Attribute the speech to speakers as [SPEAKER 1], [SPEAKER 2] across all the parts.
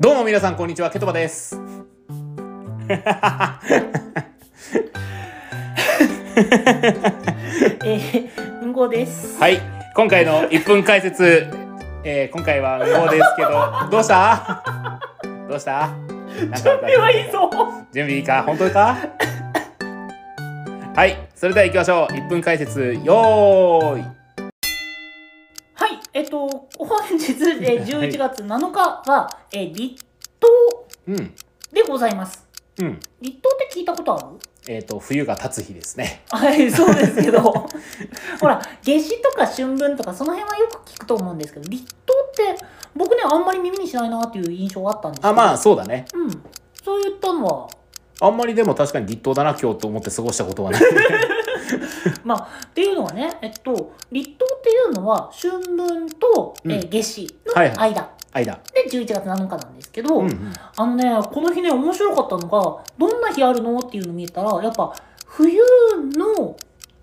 [SPEAKER 1] どうも皆さんこんにちはケトバです
[SPEAKER 2] えー、うんごです。
[SPEAKER 1] はい今回の1分解説、えー今回は無謀ですけどどうしたどうした準
[SPEAKER 2] 準備はいい ぞ。
[SPEAKER 1] 準備いいか本当かはいそれでは行きましょう1分解説よーい
[SPEAKER 2] はい、えっと、本日、えー、11月7日は、えー、立
[SPEAKER 1] うん
[SPEAKER 2] 冬でございます。
[SPEAKER 1] うん
[SPEAKER 2] 立冬って聞いたことある
[SPEAKER 1] えっ、と冬が経つ日ですね
[SPEAKER 2] はい、そうですけど。 ほら、夏至とか春分とか、その辺はよく聞くと思うんですけど、立冬って、僕ね、あんまり耳にしないなっていう印象があったんですけど。
[SPEAKER 1] あまあ。そうだね
[SPEAKER 2] うん。そういったのは、
[SPEAKER 1] あんまりでも確かに立冬だな今日と思って過ごしたことはない
[SPEAKER 2] まあ、っていうのはね、えっと、立冬っていうのは、春分と、えー、夏至の
[SPEAKER 1] はい
[SPEAKER 2] 間。
[SPEAKER 1] はい 間
[SPEAKER 2] で、11月7日なんですけど、
[SPEAKER 1] うんうん
[SPEAKER 2] あのね、この日ね、面白かったのが、どんな日あるのっていうの見えたら、やっぱ、冬の、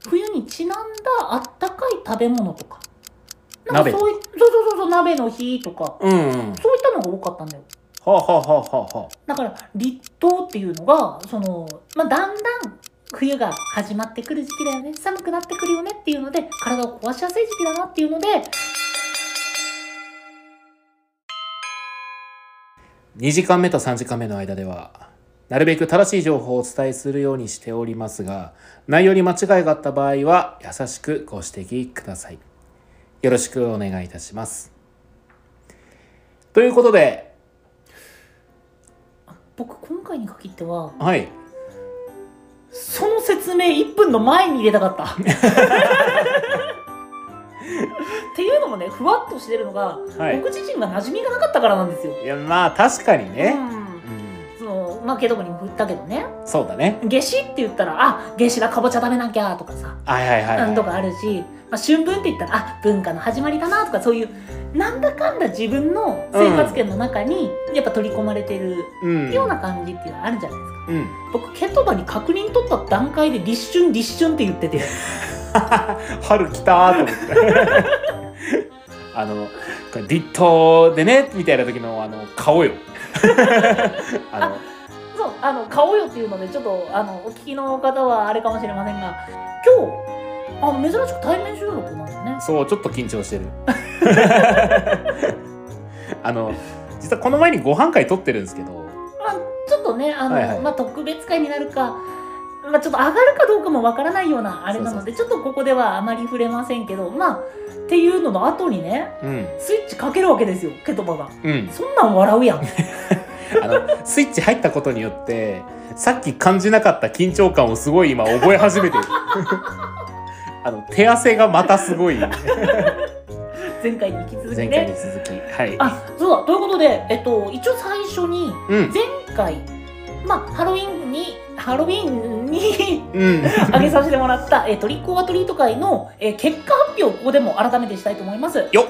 [SPEAKER 2] 冬にちなんだあったかい食べ物とか。なんか
[SPEAKER 1] 鍋
[SPEAKER 2] そういそうそうそうそう、鍋の日とか、
[SPEAKER 1] うんうん
[SPEAKER 2] そういったのが多かったんだよ。
[SPEAKER 1] はあ、はあはあはあはあ、
[SPEAKER 2] だから、立冬っていうのが、その、まあ、だんだん、冬が始まってくる時期だよね。寒くなってくるよねっていうので、体を壊しやすい時期だなっていうので、
[SPEAKER 1] 2時間目と3時間目の間ではなるべく正しい情報をお伝えするようにしておりますが内容に間違いがあった場合は優しくご指摘くださいよろしくお願いいたしますということで
[SPEAKER 2] 僕、今回に限っては、
[SPEAKER 1] はい
[SPEAKER 2] その説明1分の前に入れたかった。っていうのもねふわっとしてるのが、
[SPEAKER 1] はい
[SPEAKER 2] 僕自身が馴染みがなかったからなんですよ。
[SPEAKER 1] いやまあ確かに
[SPEAKER 2] う
[SPEAKER 1] ね、
[SPEAKER 2] ん
[SPEAKER 1] うん、
[SPEAKER 2] そのまあけどこにも振ったけどね
[SPEAKER 1] そうだね
[SPEAKER 2] 夏至って言ったら「あ夏至だかぼちゃ食べなきゃ」とかさ、
[SPEAKER 1] はいはいはい、
[SPEAKER 2] な
[SPEAKER 1] はい、
[SPEAKER 2] んとかあるし、まあ、春分って言ったら「あ文化の始まりだな」とかそういうなんだかんだ自分の生活圏の中にやっぱ取り込まれてる
[SPEAKER 1] うん
[SPEAKER 2] ような感じっていうのはあるじゃないですか。
[SPEAKER 1] うん、
[SPEAKER 2] 僕ケトバに確認取った段階で立春立春って言ってて。
[SPEAKER 1] 春来たーと思って あのこれ立冬でねみたいな時のあの顔よ あの
[SPEAKER 2] そう、あの、買おうよっていうので、ちょっと、あの、お聞きの方はあれかもしれませんが、今日、あ、珍しく対面収録なんですね。
[SPEAKER 1] そうちょっと緊張してる あの実はこの前にご飯会撮ってるんですけど
[SPEAKER 2] まあ、ちょっとね、あの、
[SPEAKER 1] はいはい
[SPEAKER 2] まあ、特別会になるか、まあ、ちょっと上がるかどうかもわからないようなあれなので、ちょっとここではあまり触れませんけど、まあ、っていうのの後にね、
[SPEAKER 1] うん
[SPEAKER 2] スイッチかけるわけですよ、ケトバが。
[SPEAKER 1] うん
[SPEAKER 2] そんなん笑うやん。
[SPEAKER 1] あのスイッチ入ったことによってさっき感じなかった緊張感をすごい今覚え始めてる あの手汗がまたすごい
[SPEAKER 2] 前回に引き続き
[SPEAKER 1] 前回
[SPEAKER 2] ね
[SPEAKER 1] に。続きはい
[SPEAKER 2] あ、そうだ、ということで、えっと、一応最初に、
[SPEAKER 1] うん
[SPEAKER 2] 前回、まあ、ハロウィンに、ハロウィンに
[SPEAKER 1] うん
[SPEAKER 2] 上げさせてもらった、えー、トリックオアトリート会の、えー結果発表をここでも改めてしたいと思います。はい、
[SPEAKER 1] よっ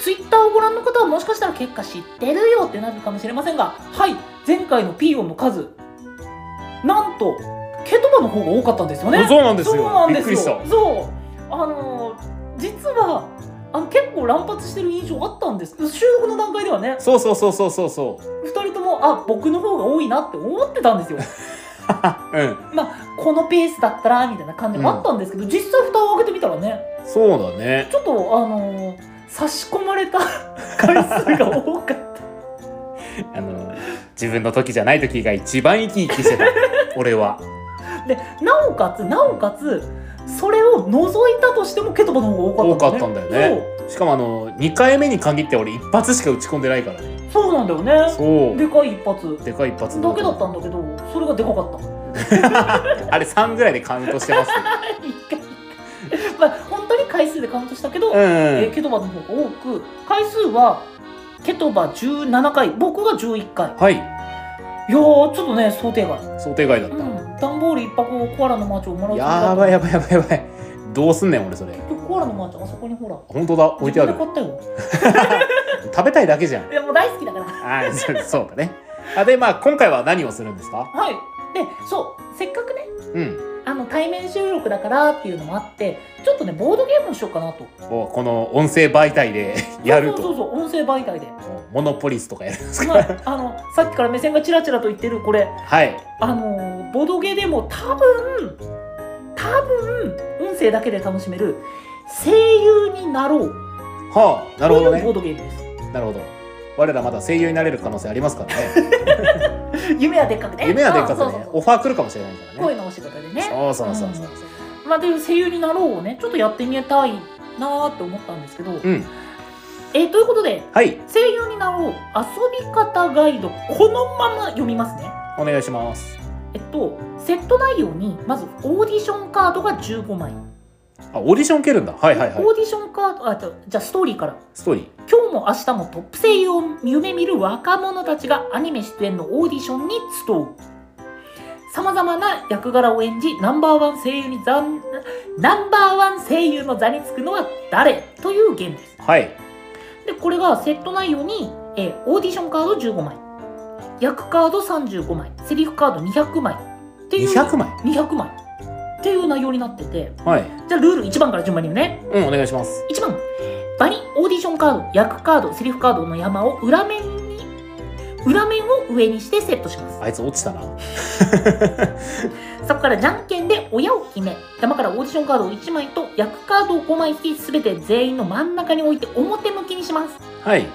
[SPEAKER 2] ツイッターをご覧の方はもしかしたら結果知ってるよってなるかもしれませんが、はい、前回のピーヨンの数、なんと、ケトバの方が多かったんですよね。
[SPEAKER 1] そうなんですよ
[SPEAKER 2] そうなん
[SPEAKER 1] び
[SPEAKER 2] で
[SPEAKER 1] っ
[SPEAKER 2] す
[SPEAKER 1] くり
[SPEAKER 2] よ。
[SPEAKER 1] した
[SPEAKER 2] そう。あのー実は、あの結構乱発してる印象あったんです収録の段階ではね
[SPEAKER 1] そうそうそうそうそうそ
[SPEAKER 2] 2人ともあ僕の方が多いなって思ってたんです
[SPEAKER 1] う
[SPEAKER 2] よ
[SPEAKER 1] うん
[SPEAKER 2] まあこのペースだったらみたいな感じもあったんですけど、実際蓋を開けてみたらね
[SPEAKER 1] そうだね
[SPEAKER 2] ちょっとあのー差し込まれた 回数が多かった
[SPEAKER 1] あの自分の時じゃない時が一番生き生きしてた俺は
[SPEAKER 2] でなおかつなおかつそれを除いたとしてもケトバの方が多か
[SPEAKER 1] 多
[SPEAKER 2] った,、
[SPEAKER 1] かったんだよねしかもあの2回目に限って俺一発しか打ち込んでないからね
[SPEAKER 2] そうそうなんだよね
[SPEAKER 1] そう
[SPEAKER 2] でかい一発
[SPEAKER 1] でかい一発
[SPEAKER 2] だけだったんだけどそれがでかかった
[SPEAKER 1] あれ3ぐらいでカウントしてます
[SPEAKER 2] 一回一回まあ本当に回数でカウントしたけど、
[SPEAKER 1] うん、
[SPEAKER 2] えーケトバの方が多く回数はケトバ17回僕が11回
[SPEAKER 1] はい
[SPEAKER 2] いやーちょっとね想定外
[SPEAKER 1] 想定外だった、
[SPEAKER 2] うん段ボール一箱をコアラのマーチをもらうつもりだった
[SPEAKER 1] やばいやばいやばいやばいどうすんねん俺それ
[SPEAKER 2] 結局コアラのマーチあそこにほら
[SPEAKER 1] 本当だ置いてある
[SPEAKER 2] 自分で買ったよ
[SPEAKER 1] 食べたいだけじゃん
[SPEAKER 2] いやもう大好きだから
[SPEAKER 1] はいそうそうだねあでまあ今回は何をするんですか
[SPEAKER 2] はいでそうせっかくね
[SPEAKER 1] うん
[SPEAKER 2] あの対面収録だからっていうのもあってちょっとねボードゲームをしようかなと
[SPEAKER 1] おこの音声媒体でやると
[SPEAKER 2] そうそうそうそう音声媒体で、
[SPEAKER 1] もうモノポリスとかやるんです
[SPEAKER 2] ま
[SPEAKER 1] か
[SPEAKER 2] あ、あのさっきから目線がチラチラと言ってるこれ
[SPEAKER 1] はい
[SPEAKER 2] あのボードゲーでも多分多分音声だけで楽しめる声優になろう
[SPEAKER 1] はあな
[SPEAKER 2] と
[SPEAKER 1] るほど
[SPEAKER 2] いう
[SPEAKER 1] ね
[SPEAKER 2] ボードゲームです
[SPEAKER 1] なるほど我らまだ声優になれる可能性ありますから ね
[SPEAKER 2] 夢はでっかくね
[SPEAKER 1] 夢はでっかくね
[SPEAKER 2] あそうそうそう
[SPEAKER 1] オファー来るかもしれないからね
[SPEAKER 2] 声のお仕事でね
[SPEAKER 1] そうそうそうそう
[SPEAKER 2] まあ、という声優になろうをねちょっとやってみたいなーって思ったんですけど、
[SPEAKER 1] うん、
[SPEAKER 2] えーということで
[SPEAKER 1] はい
[SPEAKER 2] 声優になろう遊び方ガイドこのまま読みますね
[SPEAKER 1] お願いします
[SPEAKER 2] えっとセット内容にまずオーディションカードが15枚、
[SPEAKER 1] あオーディション受けるんだはいはいはい
[SPEAKER 2] オーディションカードあじゃあじゃあストーリーから
[SPEAKER 1] ストーリ
[SPEAKER 2] 今日も明日もトップ声優を夢見る若者たちがアニメ出演のオーディションに集うさまざまな役柄を演じナンバーワン声優に座ナンバーワン声優の座につくのは誰というゲームです
[SPEAKER 1] ーはい
[SPEAKER 2] でこれがセット内容に、えーオーディションカード15枚役カード35枚セリフカード200枚っていう
[SPEAKER 1] 200枚
[SPEAKER 2] 200枚っていう内容になってて
[SPEAKER 1] はい
[SPEAKER 2] じゃあルール1番から順番に言うね
[SPEAKER 1] うんお願いします
[SPEAKER 2] 1番場にオーディションカード役カードセリフカードの山を裏面に裏面を上にしてセットします
[SPEAKER 1] あいつ落ちたな
[SPEAKER 2] そこからじゃんけんで親を決め山からオーディションカードを1枚と役カードを5枚引き全て全員の真ん中に置いて表向きにします
[SPEAKER 1] はい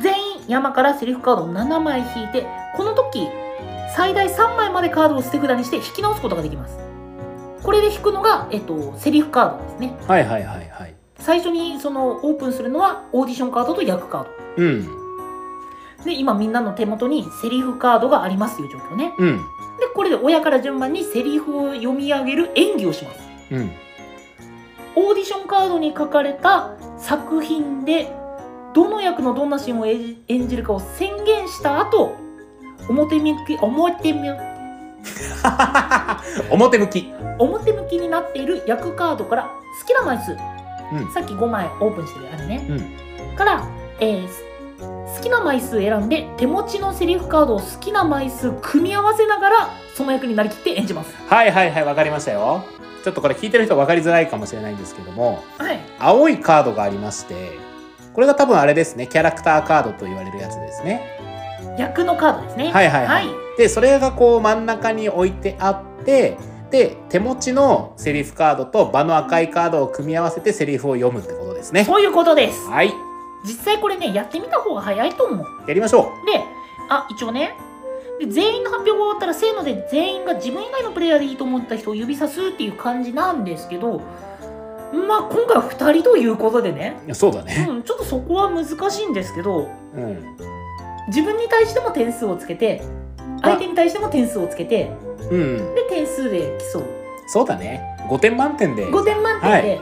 [SPEAKER 2] 全員山からセリフカードを7枚引いてこの時最大3枚までカードを捨て札にして引き直すことができますこれで引くのが、えっと、セリフカードですね
[SPEAKER 1] はいはいはいはい
[SPEAKER 2] 最初にそのオープンするのはオーディションカードと役カー
[SPEAKER 1] うん
[SPEAKER 2] ドで今みんなの手元にセリフカードがありますという状況ね
[SPEAKER 1] うん
[SPEAKER 2] でこれで親から順番にセリフを読み上げる演技をします
[SPEAKER 1] うん
[SPEAKER 2] オーディションカードに書かれた作品でどの役のどんなシーンを演じ演じるかを宣言した後表向き表向き
[SPEAKER 1] 表向き
[SPEAKER 2] 表向きになっている役カードから好きな枚数、
[SPEAKER 1] うん
[SPEAKER 2] さっき5枚オープンしてるあれね、
[SPEAKER 1] う
[SPEAKER 2] から、えーす好きな枚数選んで手持ちのセリフカードを好きな枚数組み合わせながらその役になりきって演じます
[SPEAKER 1] はいはいはいわかりましたよちょっとこれ聞いてる人分かりづらいかもしれないんですけども
[SPEAKER 2] はい
[SPEAKER 1] 青いカードがありましてこれが多分あれですねキャラクターカードと言われるやつですね
[SPEAKER 2] 役のカードですね
[SPEAKER 1] はいはいはい
[SPEAKER 2] はい、
[SPEAKER 1] でそれがこう真ん中に置いてあってで手持ちのセリフカードと場の赤いカードを組み合わせてセリフを読むってことですね
[SPEAKER 2] そういうことです
[SPEAKER 1] はい
[SPEAKER 2] 実際これねやってみた方が早いと思う
[SPEAKER 1] やりましょ
[SPEAKER 2] であ一応ねで全員の発表が終わったらせーので全員が自分以外のプレイヤーでいいと思った人を指さすっていう感じなんですけどまあ今回は2人ということでね、
[SPEAKER 1] ういやそうだね
[SPEAKER 2] うん、ちょっとそこは難しいんですけど
[SPEAKER 1] うん
[SPEAKER 2] 自分に対しても点数をつけて相手に対しても点数をつけて
[SPEAKER 1] うん
[SPEAKER 2] で点数で競う
[SPEAKER 1] そうだね5点満点で
[SPEAKER 2] 5点満点で、で、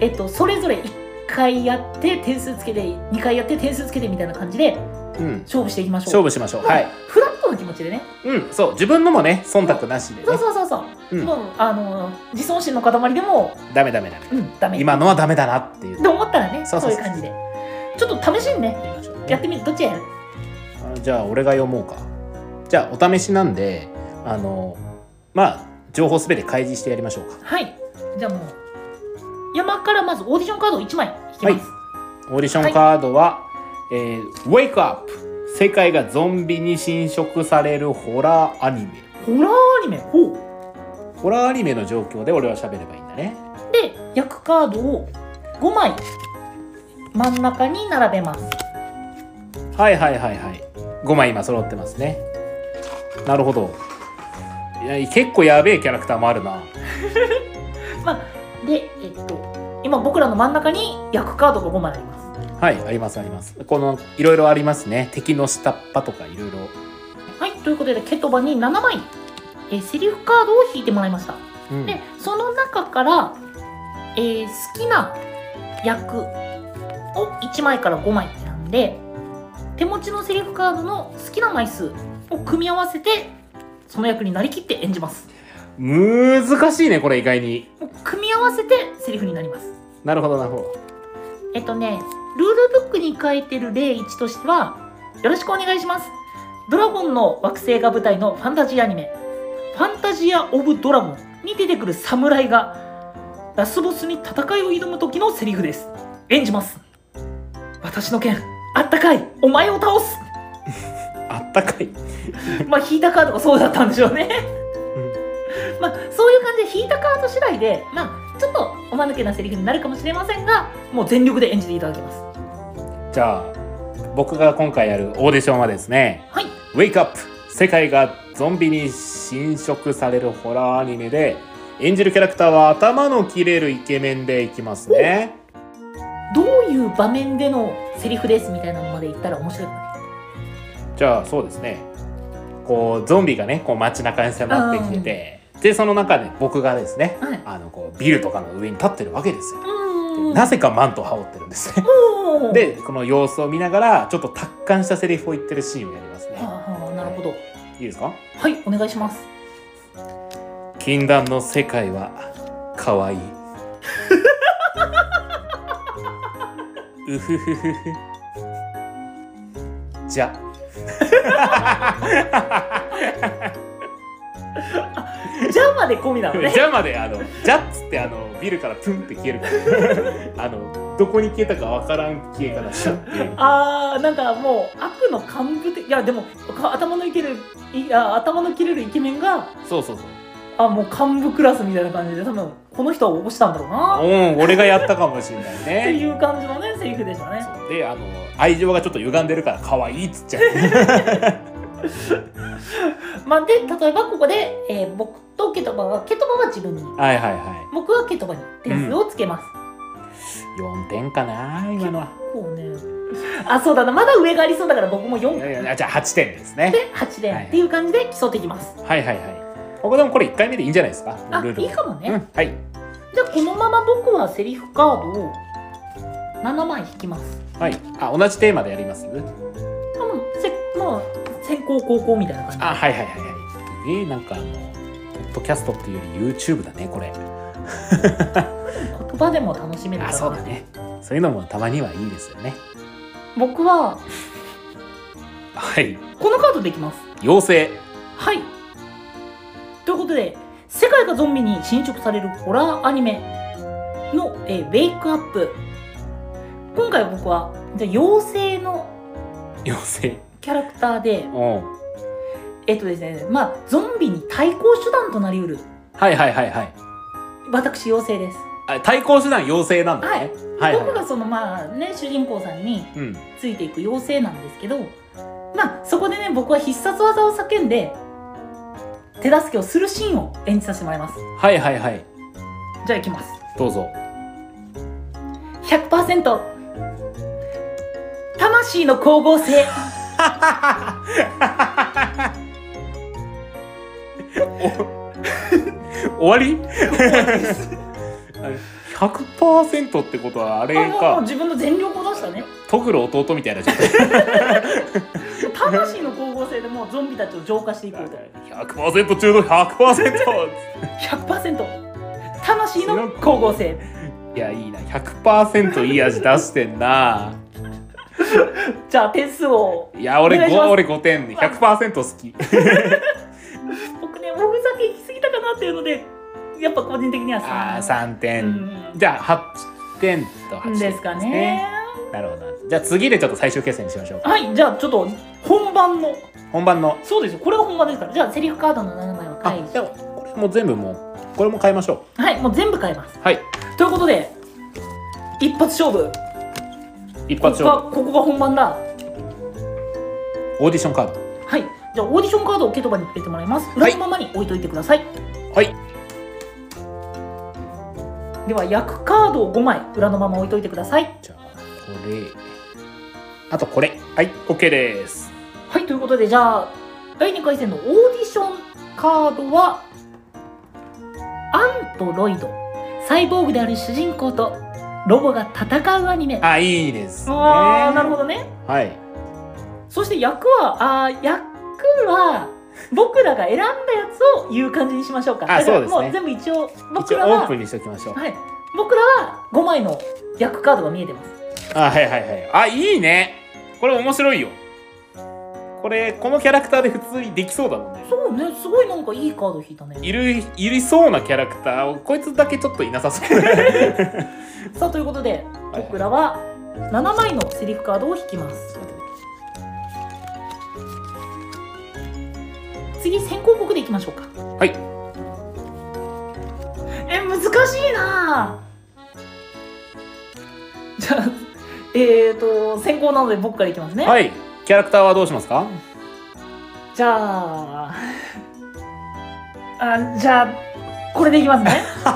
[SPEAKER 2] えっと、それぞれ1回やって点数つけて2回やって点数つけてみたいな感じで
[SPEAKER 1] うん
[SPEAKER 2] 勝負していきましょ
[SPEAKER 1] 勝
[SPEAKER 2] う
[SPEAKER 1] 負しましょうはい
[SPEAKER 2] フラットな気持ちでね
[SPEAKER 1] うんそう自分のもね忖度なしでね
[SPEAKER 2] そうそうそうそう、
[SPEAKER 1] うん
[SPEAKER 2] もうあのー自尊心の塊でも
[SPEAKER 1] ダメダメダメ
[SPEAKER 2] うんダメ
[SPEAKER 1] 今のはダメだなっていう
[SPEAKER 2] って思ったらね
[SPEAKER 1] そ
[SPEAKER 2] そうう
[SPEAKER 1] そうそう
[SPEAKER 2] いう感じでちょっと試しにねやってみるどっちやる
[SPEAKER 1] あじゃあ俺が読もうかじゃあお試しなんであのまあ情報すべて開示してやりましょうか
[SPEAKER 2] はいじゃあもう山からまずオーディションカードを1枚引きます、
[SPEAKER 1] はいオーディションカードは、えー「ウェイクアップ世界がゾンビに侵食されるホラーアニメ
[SPEAKER 2] ホラーアニメほう」
[SPEAKER 1] ホラーアニメの状況で俺は喋ればいいんだね
[SPEAKER 2] で役カードを5枚真ん中に並べます
[SPEAKER 1] はいはいはいはい5枚今揃ってますねなるほどいや結構やべえキャラクターもあるな
[SPEAKER 2] でえっと今僕らの真ん中に役カードが5枚あります
[SPEAKER 1] はいありますありますこのいろいろありますね敵の下っ端とかいろいろ
[SPEAKER 2] はいということでケトバに7枚えーセリフカードを引いてもらいました
[SPEAKER 1] うん
[SPEAKER 2] でその中から、えー好きな役を1枚から5枚選んで手持ちのセリフカードの好きな枚数を組み合わせてその役になりきって演じます
[SPEAKER 1] 難しいねこれ意外に
[SPEAKER 2] もう組み合わせてセリフになります
[SPEAKER 1] なるほどなるほど
[SPEAKER 2] えっとねルールブックに書いてる例1としてはよろしくお願いしますドラゴンの惑星が舞台のファンタジーアニメファンタジア・オブ・ドラゴン」に出てくる侍がラスボスに戦いを挑む時のセリフです演じます私の剣あったかいお前を倒す
[SPEAKER 1] あったかい。
[SPEAKER 2] まあ引いたカードがそうだったんでしょうねまあそういう感じで引いたカード次第でまあちょっとおまぬけなセリフになるかもしれませんがもう全力で演じていただきます
[SPEAKER 1] じゃあ、僕が今回やるオーディションはですね、
[SPEAKER 2] はい
[SPEAKER 1] Wake Up! 世界がゾンビに侵食されるホラーアニメで、演じるキャラクターは頭の切れるイケメンでいきますね。
[SPEAKER 2] どういう場面でのセリフですみたいなのまで言ったら面白いか
[SPEAKER 1] じゃあ、そうですね。こう、ゾンビがね、こう街中に迫ってきてて、で、その中で僕がですね、
[SPEAKER 2] もねはい
[SPEAKER 1] あの、こう、ビルとかの上に立ってるわけですよ。
[SPEAKER 2] うーん
[SPEAKER 1] なぜかマントを羽織ってるんですね。
[SPEAKER 2] おー
[SPEAKER 1] で、この様子を見ながら、ちょっと達観したセリフを言ってるシーンをやりますね。
[SPEAKER 2] はあはあなるほど
[SPEAKER 1] いいですか
[SPEAKER 2] はいお願いします
[SPEAKER 1] 禁断の世界は可愛いうふふふふじゃ
[SPEAKER 2] じゃあまで込みなのね
[SPEAKER 1] じゃまであのじゃっつってあのビルからプンって消えるからあのどこに消えたかわからん消え方シュッていう
[SPEAKER 2] あーなんかもう悪の幹部的いやでもか頭のいけるいや頭の切れるイケメンが
[SPEAKER 1] そうそうそう
[SPEAKER 2] あもう幹部クラスみたいな感じで多分この人は起こしたんだろうなっ
[SPEAKER 1] うん俺がやったかもしれない
[SPEAKER 2] て
[SPEAKER 1] ね
[SPEAKER 2] いう感じのねセリフでしたね
[SPEAKER 1] そうであの愛情がちょっと歪んでるから可愛いっつっちゃう
[SPEAKER 2] まあで例えばここで、えー僕とケトバはケトバは自分に
[SPEAKER 1] はいはいは
[SPEAKER 2] 僕はケトバに点数をつけます、
[SPEAKER 1] い4点かな今のは
[SPEAKER 2] こうねあそうだなまだ上がありそうだから僕も
[SPEAKER 1] い
[SPEAKER 2] 4
[SPEAKER 1] やいやじゃあ8点ですね
[SPEAKER 2] で8
[SPEAKER 1] はいは
[SPEAKER 2] 点
[SPEAKER 1] い
[SPEAKER 2] っていう感じで競っていきます
[SPEAKER 1] はいはいはい。ここでもこれ1回目でいいんじゃないですか。
[SPEAKER 2] あ
[SPEAKER 1] ルール
[SPEAKER 2] いいかもね
[SPEAKER 1] うん、はい。
[SPEAKER 2] じゃあこのまま僕はセリフカードを7枚引きます
[SPEAKER 1] はい。あ、同じテーマでやります。
[SPEAKER 2] あもうせもう先行後攻みたいな感じ
[SPEAKER 1] あ、はいはいはいはい。えー、なんかあの、ポッドキャストっていうより YouTube だね、これ。
[SPEAKER 2] 言葉でも楽しめるから
[SPEAKER 1] あ、そうだね。そういうのもたまにはいいですよね。
[SPEAKER 2] 僕は
[SPEAKER 1] はい。
[SPEAKER 2] このカードでいきます
[SPEAKER 1] 妖精。
[SPEAKER 2] はいということで世界がゾンビに侵食されるホラーアニメの「えーウェイクアップ」今回僕はじゃあ妖精の
[SPEAKER 1] 妖精。
[SPEAKER 2] キャラクターで
[SPEAKER 1] おん。
[SPEAKER 2] えっとですねまあゾンビに対抗手段となりうる
[SPEAKER 1] はいはいはいはい。
[SPEAKER 2] 私妖精です、
[SPEAKER 1] あ対抗手段妖精なんだね。はい。はい
[SPEAKER 2] 僕がそのまあね主人公さんに
[SPEAKER 1] うん。
[SPEAKER 2] ついていく妖精なんですけどまあそこでね僕は必殺技を叫んで手助けをするシーンを演じさせてもらいます
[SPEAKER 1] はいはいはい。
[SPEAKER 2] じゃあいきます
[SPEAKER 1] どうぞ。
[SPEAKER 2] 100%魂の光合成
[SPEAKER 1] 終わりあれ ?100% ってことはあれ
[SPEAKER 2] あもう
[SPEAKER 1] か、
[SPEAKER 2] 自分の全力を出したね
[SPEAKER 1] トグロ弟みたいな状態。
[SPEAKER 2] 魂の光合成でもうゾンビたちを浄化していこうと
[SPEAKER 1] 100%中の100%
[SPEAKER 2] 100%魂の光合成
[SPEAKER 1] いやいいな100%いい味出してんな
[SPEAKER 2] じゃあ点数を
[SPEAKER 1] いや俺
[SPEAKER 2] お願いします
[SPEAKER 1] 5, 俺5点ね100%好き
[SPEAKER 2] 僕ねおふざけ行き過ぎたかなっていうのでやっぱ個人的には
[SPEAKER 1] あー
[SPEAKER 2] 3
[SPEAKER 1] 3
[SPEAKER 2] う
[SPEAKER 1] 点、
[SPEAKER 2] ん
[SPEAKER 1] じゃあ8点と8点
[SPEAKER 2] ですかね
[SPEAKER 1] なるほどじゃあ次でちょっと最終決戦にしましょうか
[SPEAKER 2] はいじゃあちょっと本番の
[SPEAKER 1] 本番の
[SPEAKER 2] そうですよこれが本番ですからじゃあセリフカードの7枚は
[SPEAKER 1] あ
[SPEAKER 2] 返し
[SPEAKER 1] でもこれも全部もうこれも変えましょ
[SPEAKER 2] はいもう全部変えます
[SPEAKER 1] うはい
[SPEAKER 2] ということで一発勝負
[SPEAKER 1] 一
[SPEAKER 2] こ
[SPEAKER 1] 発勝
[SPEAKER 2] こが
[SPEAKER 1] 負
[SPEAKER 2] ここが本番だ
[SPEAKER 1] オーディションカード
[SPEAKER 2] はいじゃあオーディションカードをケトバに入れてもらいます
[SPEAKER 1] は
[SPEAKER 2] 裏
[SPEAKER 1] い
[SPEAKER 2] のままに置いといてください、
[SPEAKER 1] はい
[SPEAKER 2] では役カードを5枚裏のまま置いといてください
[SPEAKER 1] じゃあこれあとこれはい OK です
[SPEAKER 2] はいということでじゃあ第2回戦のオーディションカードはアンとロイドサイボーグである主人公とロボが戦うアニメあ
[SPEAKER 1] あいいですね
[SPEAKER 2] あーなるほどね
[SPEAKER 1] はい
[SPEAKER 2] そして役は、あー役は、僕らが選んだやつを言う感じにしましょうか。
[SPEAKER 1] あ
[SPEAKER 2] だから
[SPEAKER 1] そうですね
[SPEAKER 2] もう全部一応、僕
[SPEAKER 1] 一応
[SPEAKER 2] ら
[SPEAKER 1] オー
[SPEAKER 2] は
[SPEAKER 1] プ、ンにしておきましょう
[SPEAKER 2] はい、僕らは5枚の役カードが見えてます。
[SPEAKER 1] あはいはいはいあいいねこれ面白いよこれこのキャラクターで普通にできそうだもんね
[SPEAKER 2] そうねすごいなんかいいカード引いたね
[SPEAKER 1] いるいりそうなキャラクターをこいつだけちょっといなさそう待って
[SPEAKER 2] さあということで僕らは7枚のセリフカードを引きます次先行僕でいきましょうか
[SPEAKER 1] はい
[SPEAKER 2] え難しいなぁじゃあえーと先行なので僕からいきますね、
[SPEAKER 1] はいキャラクターはどうしますか
[SPEAKER 2] じゃああじゃあこれでい きますねは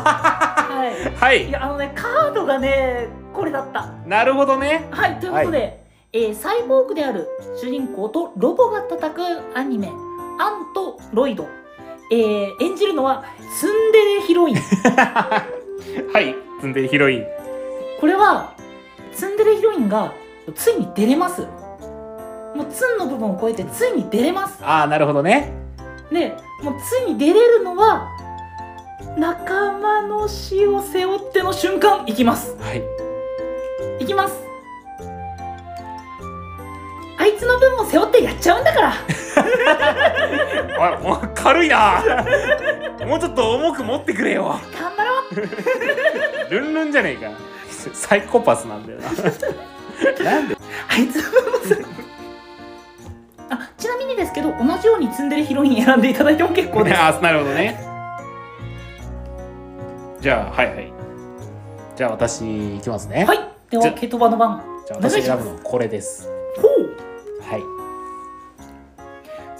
[SPEAKER 1] はい
[SPEAKER 2] い
[SPEAKER 1] い
[SPEAKER 2] やあのねカードがねこれだった
[SPEAKER 1] なるほど ね
[SPEAKER 2] はい、ということで、えーサイボーグである主人公とロボが戦うアニメ「アンとロイド」えー演じるのはツンデレヒ ロイン
[SPEAKER 1] はい積んでるヒロイン
[SPEAKER 2] これはツンデレヒロインがついに出れますもうツンの部分を超えてついに出れます
[SPEAKER 1] ああなるほどね
[SPEAKER 2] でもうついに出れるのは仲間の死を背負っての瞬間いきます
[SPEAKER 1] はい
[SPEAKER 2] いきますあいつの分も背負ってやっちゃうんだ から
[SPEAKER 1] あもう軽いなもうちょっと重く持ってくれよ
[SPEAKER 2] 頑張ろう
[SPEAKER 1] ルンルンじゃねえかサイコパスなんだ よななんで
[SPEAKER 2] あいつもそれあちなみにですけど同じようにツンデレヒロイン選んでいただいても結構です
[SPEAKER 1] ああなるほどねじゃあはいはいじゃあ私いきますね、
[SPEAKER 2] はいで
[SPEAKER 1] じゃ
[SPEAKER 2] はケトバの番
[SPEAKER 1] じゃあ
[SPEAKER 2] お願
[SPEAKER 1] 私
[SPEAKER 2] いしま
[SPEAKER 1] 選
[SPEAKER 2] す
[SPEAKER 1] ぶのこれです
[SPEAKER 2] ほう
[SPEAKER 1] はい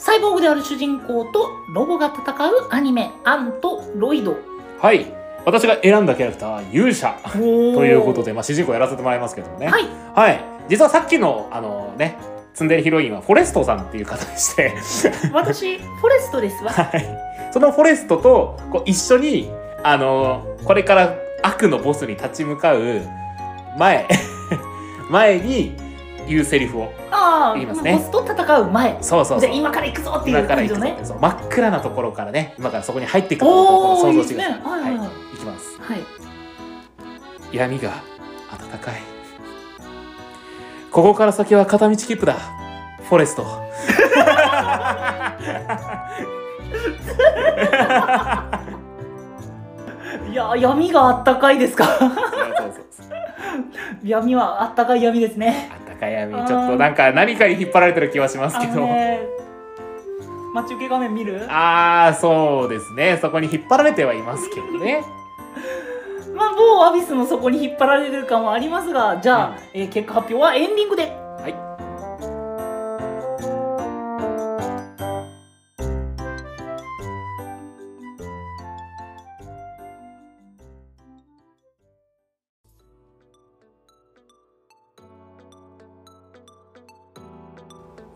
[SPEAKER 2] サイボーグである主人公とロボが戦うアニメ「アンとロイド
[SPEAKER 1] はい私が選んだキャラクターは勇者」
[SPEAKER 2] と
[SPEAKER 1] とい
[SPEAKER 2] いう
[SPEAKER 1] ことで、まあ、主人公やらせてもらいますけどもね
[SPEAKER 2] はい
[SPEAKER 1] はい実はさっきのあのねツンデレヒロインはフォレストさんっていう方で して
[SPEAKER 2] 私フォレストですわ
[SPEAKER 1] はい、そのフォレストとこう一緒にあのこれから悪のボスに立ち向かう前 前に言うセリフを
[SPEAKER 2] ああ
[SPEAKER 1] 言いますね
[SPEAKER 2] ボスと戦う前
[SPEAKER 1] そうそう
[SPEAKER 2] じ
[SPEAKER 1] そう
[SPEAKER 2] ゃあ今から行くぞってい
[SPEAKER 1] 今
[SPEAKER 2] う
[SPEAKER 1] から
[SPEAKER 2] 感
[SPEAKER 1] 行
[SPEAKER 2] じ
[SPEAKER 1] く
[SPEAKER 2] の
[SPEAKER 1] ぞ
[SPEAKER 2] ね
[SPEAKER 1] そう真っ暗なところからね今からそこに入っていくところを
[SPEAKER 2] おー
[SPEAKER 1] 想像してくだ
[SPEAKER 2] いい
[SPEAKER 1] さ
[SPEAKER 2] ですねはい
[SPEAKER 1] い
[SPEAKER 2] はい
[SPEAKER 1] はい、
[SPEAKER 2] はい
[SPEAKER 1] いきます
[SPEAKER 2] はい
[SPEAKER 1] 闇が暖かいここから先は片道切符だフォレス ト
[SPEAKER 2] いや闇があったかいですか
[SPEAKER 1] そうそうそう
[SPEAKER 2] 闇はあったかい闇ですね
[SPEAKER 1] あったかい闇ちょっとなんか何かに引っ張られてる気はします
[SPEAKER 2] あ
[SPEAKER 1] けど
[SPEAKER 2] のね待ち受け画面見る
[SPEAKER 1] ああそうですねそこに引っ張られてはいますけどね
[SPEAKER 2] まあ某アビスの底に引っ張られる感はありますがじゃあ、
[SPEAKER 1] うん
[SPEAKER 2] えー結果発表はエンディングで
[SPEAKER 1] は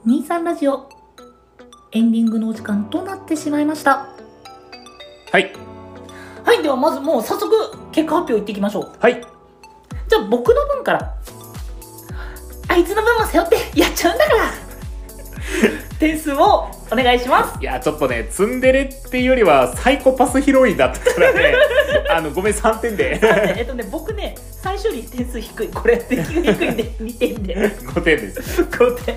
[SPEAKER 2] 23ラジオエンディングのお時間となってしまいました
[SPEAKER 1] いはい
[SPEAKER 2] はいではまずもう早速結果発表いっていきましょう
[SPEAKER 1] はい
[SPEAKER 2] じゃあ僕の分からあいつの分も背負ってやっちゃうんだから 点数をお願いします
[SPEAKER 1] いやちょっとねツンデレっていうよりはサイコパスヒロインだったから ねあのごめん3点で
[SPEAKER 2] えっとね僕ね最初に点数低いこれ点数低いんで2点で
[SPEAKER 1] 5点です
[SPEAKER 2] 5点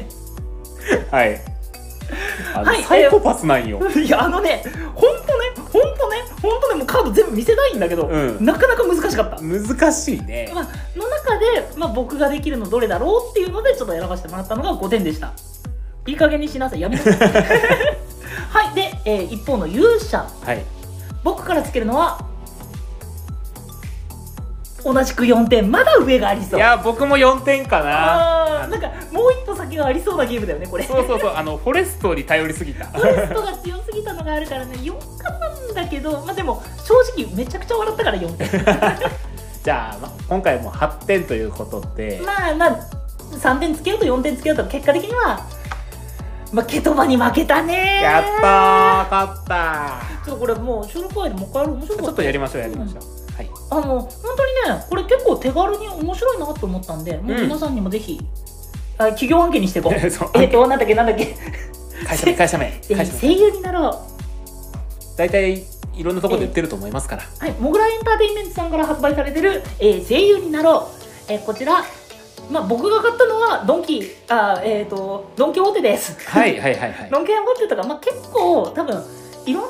[SPEAKER 1] はいあの
[SPEAKER 2] はい
[SPEAKER 1] サイコパスなんよ、
[SPEAKER 2] いやあのね、ほんとね、ほんとね、ほんとね、もうカード全部見せたいんだけど、
[SPEAKER 1] うん
[SPEAKER 2] なかなか難しかった。
[SPEAKER 1] 難しいね
[SPEAKER 2] まあ、の中で、まあ、僕ができるのどれだろうっていうので、ちょっと選ばせてもらったのが5点でした。いい加減にしなさい、やめなさい。 はい、で、えー一方の勇者、
[SPEAKER 1] はい
[SPEAKER 2] 僕からつけるのは、同じく4点、まだ上があり
[SPEAKER 1] い
[SPEAKER 2] そう。
[SPEAKER 1] や僕も4点かな
[SPEAKER 2] あーなんかもう一歩先がありそうなゲームだよねこれ
[SPEAKER 1] そうそうそうあのフォレストに頼りすぎた
[SPEAKER 2] フォレストが強すぎたのがあるからね4かなんだけどまあでも正直めちゃくちゃ笑ったから4点
[SPEAKER 1] じゃあ、ま今回も8点ということで、
[SPEAKER 2] まあまあ3点つけようと4点つけようと結果的にはまあケトバに負けたね
[SPEAKER 1] やったー勝ったー
[SPEAKER 2] ちょっとこれもう収録前でもう一回やる面白か
[SPEAKER 1] ち
[SPEAKER 2] った
[SPEAKER 1] ょっとやりましょうやりましょうはい
[SPEAKER 2] あの本当にねこれ結構手軽に面白いなと思ったんでもう皆さんにもぜひ、あ企業案件にしていこう
[SPEAKER 1] そう
[SPEAKER 2] えっとなんだっけなんだっけ、
[SPEAKER 1] 会社名会社名
[SPEAKER 2] えー
[SPEAKER 1] 会社名
[SPEAKER 2] 声優になろう
[SPEAKER 1] 大体いろんなところで売ってると思いますから、
[SPEAKER 2] はい、モグラエンターテインメントさんから発売されてる、えー声優になろう、えーこちらまあ、僕が買ったのはドンキあえっ、とドンキホーテです
[SPEAKER 1] はいはいはい はい
[SPEAKER 2] ドンキホーテとか、まあ、結構多分いろんな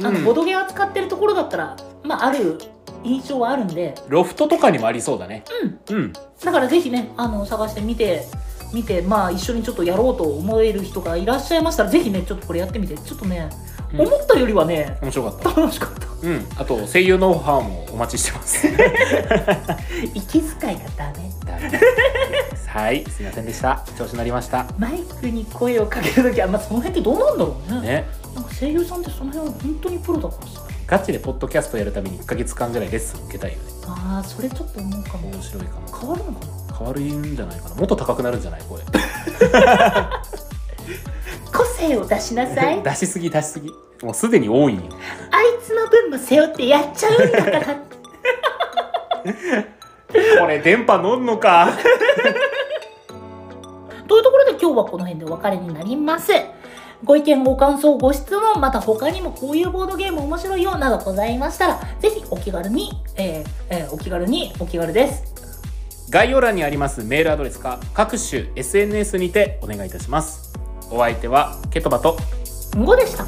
[SPEAKER 2] あの、
[SPEAKER 1] うん
[SPEAKER 2] ボドゲ扱ってるところだったら、まあ、ある印象はあるんで
[SPEAKER 1] ロフトとかにもありそうだね
[SPEAKER 2] うん
[SPEAKER 1] うん
[SPEAKER 2] だからぜひねあの探してみて見てまあ一緒にちょっとやろうと思える人がいらっしゃいましたらぜひねちょっとこれやってみてちょっとね、
[SPEAKER 1] うん
[SPEAKER 2] 思ったよりはね
[SPEAKER 1] 面白かった
[SPEAKER 2] 楽しかった
[SPEAKER 1] うんあと声優のオファーもお待ちしてます
[SPEAKER 2] 息遣いがダメ
[SPEAKER 1] はいすいませんでした調子乗りました
[SPEAKER 2] マイクに声をかけるときは、まあ、その辺ってどうなんだろうね
[SPEAKER 1] ね
[SPEAKER 2] なんか声優さんってその辺は本当にプロだからさ
[SPEAKER 1] ガチでポッドキャストやるために1ヶ月間ぐらいレッスン受けたいよね
[SPEAKER 2] あーそれちょっと思うかも
[SPEAKER 1] 面白いかも
[SPEAKER 2] 変わるのかな
[SPEAKER 1] 変わるんじゃないかなもっと高くなるんじゃないこれ
[SPEAKER 2] 個性を出しなさ い
[SPEAKER 1] 出しすぎ出しすぎもうすでに多いんよ
[SPEAKER 2] あいつの分も背負ってやっちゃうん だから
[SPEAKER 1] これ電波乗んのか
[SPEAKER 2] というところで今日はこの辺でお別れになりますご意見ご感想ご質問また他にもこういうボードゲーム面白いよなどございましたらぜひお気軽に、えーえーお気軽にお気軽です
[SPEAKER 1] 概要欄にありますメールアドレスか各種 SNS にてお願いいたしますお相手はケトバと
[SPEAKER 2] んごでした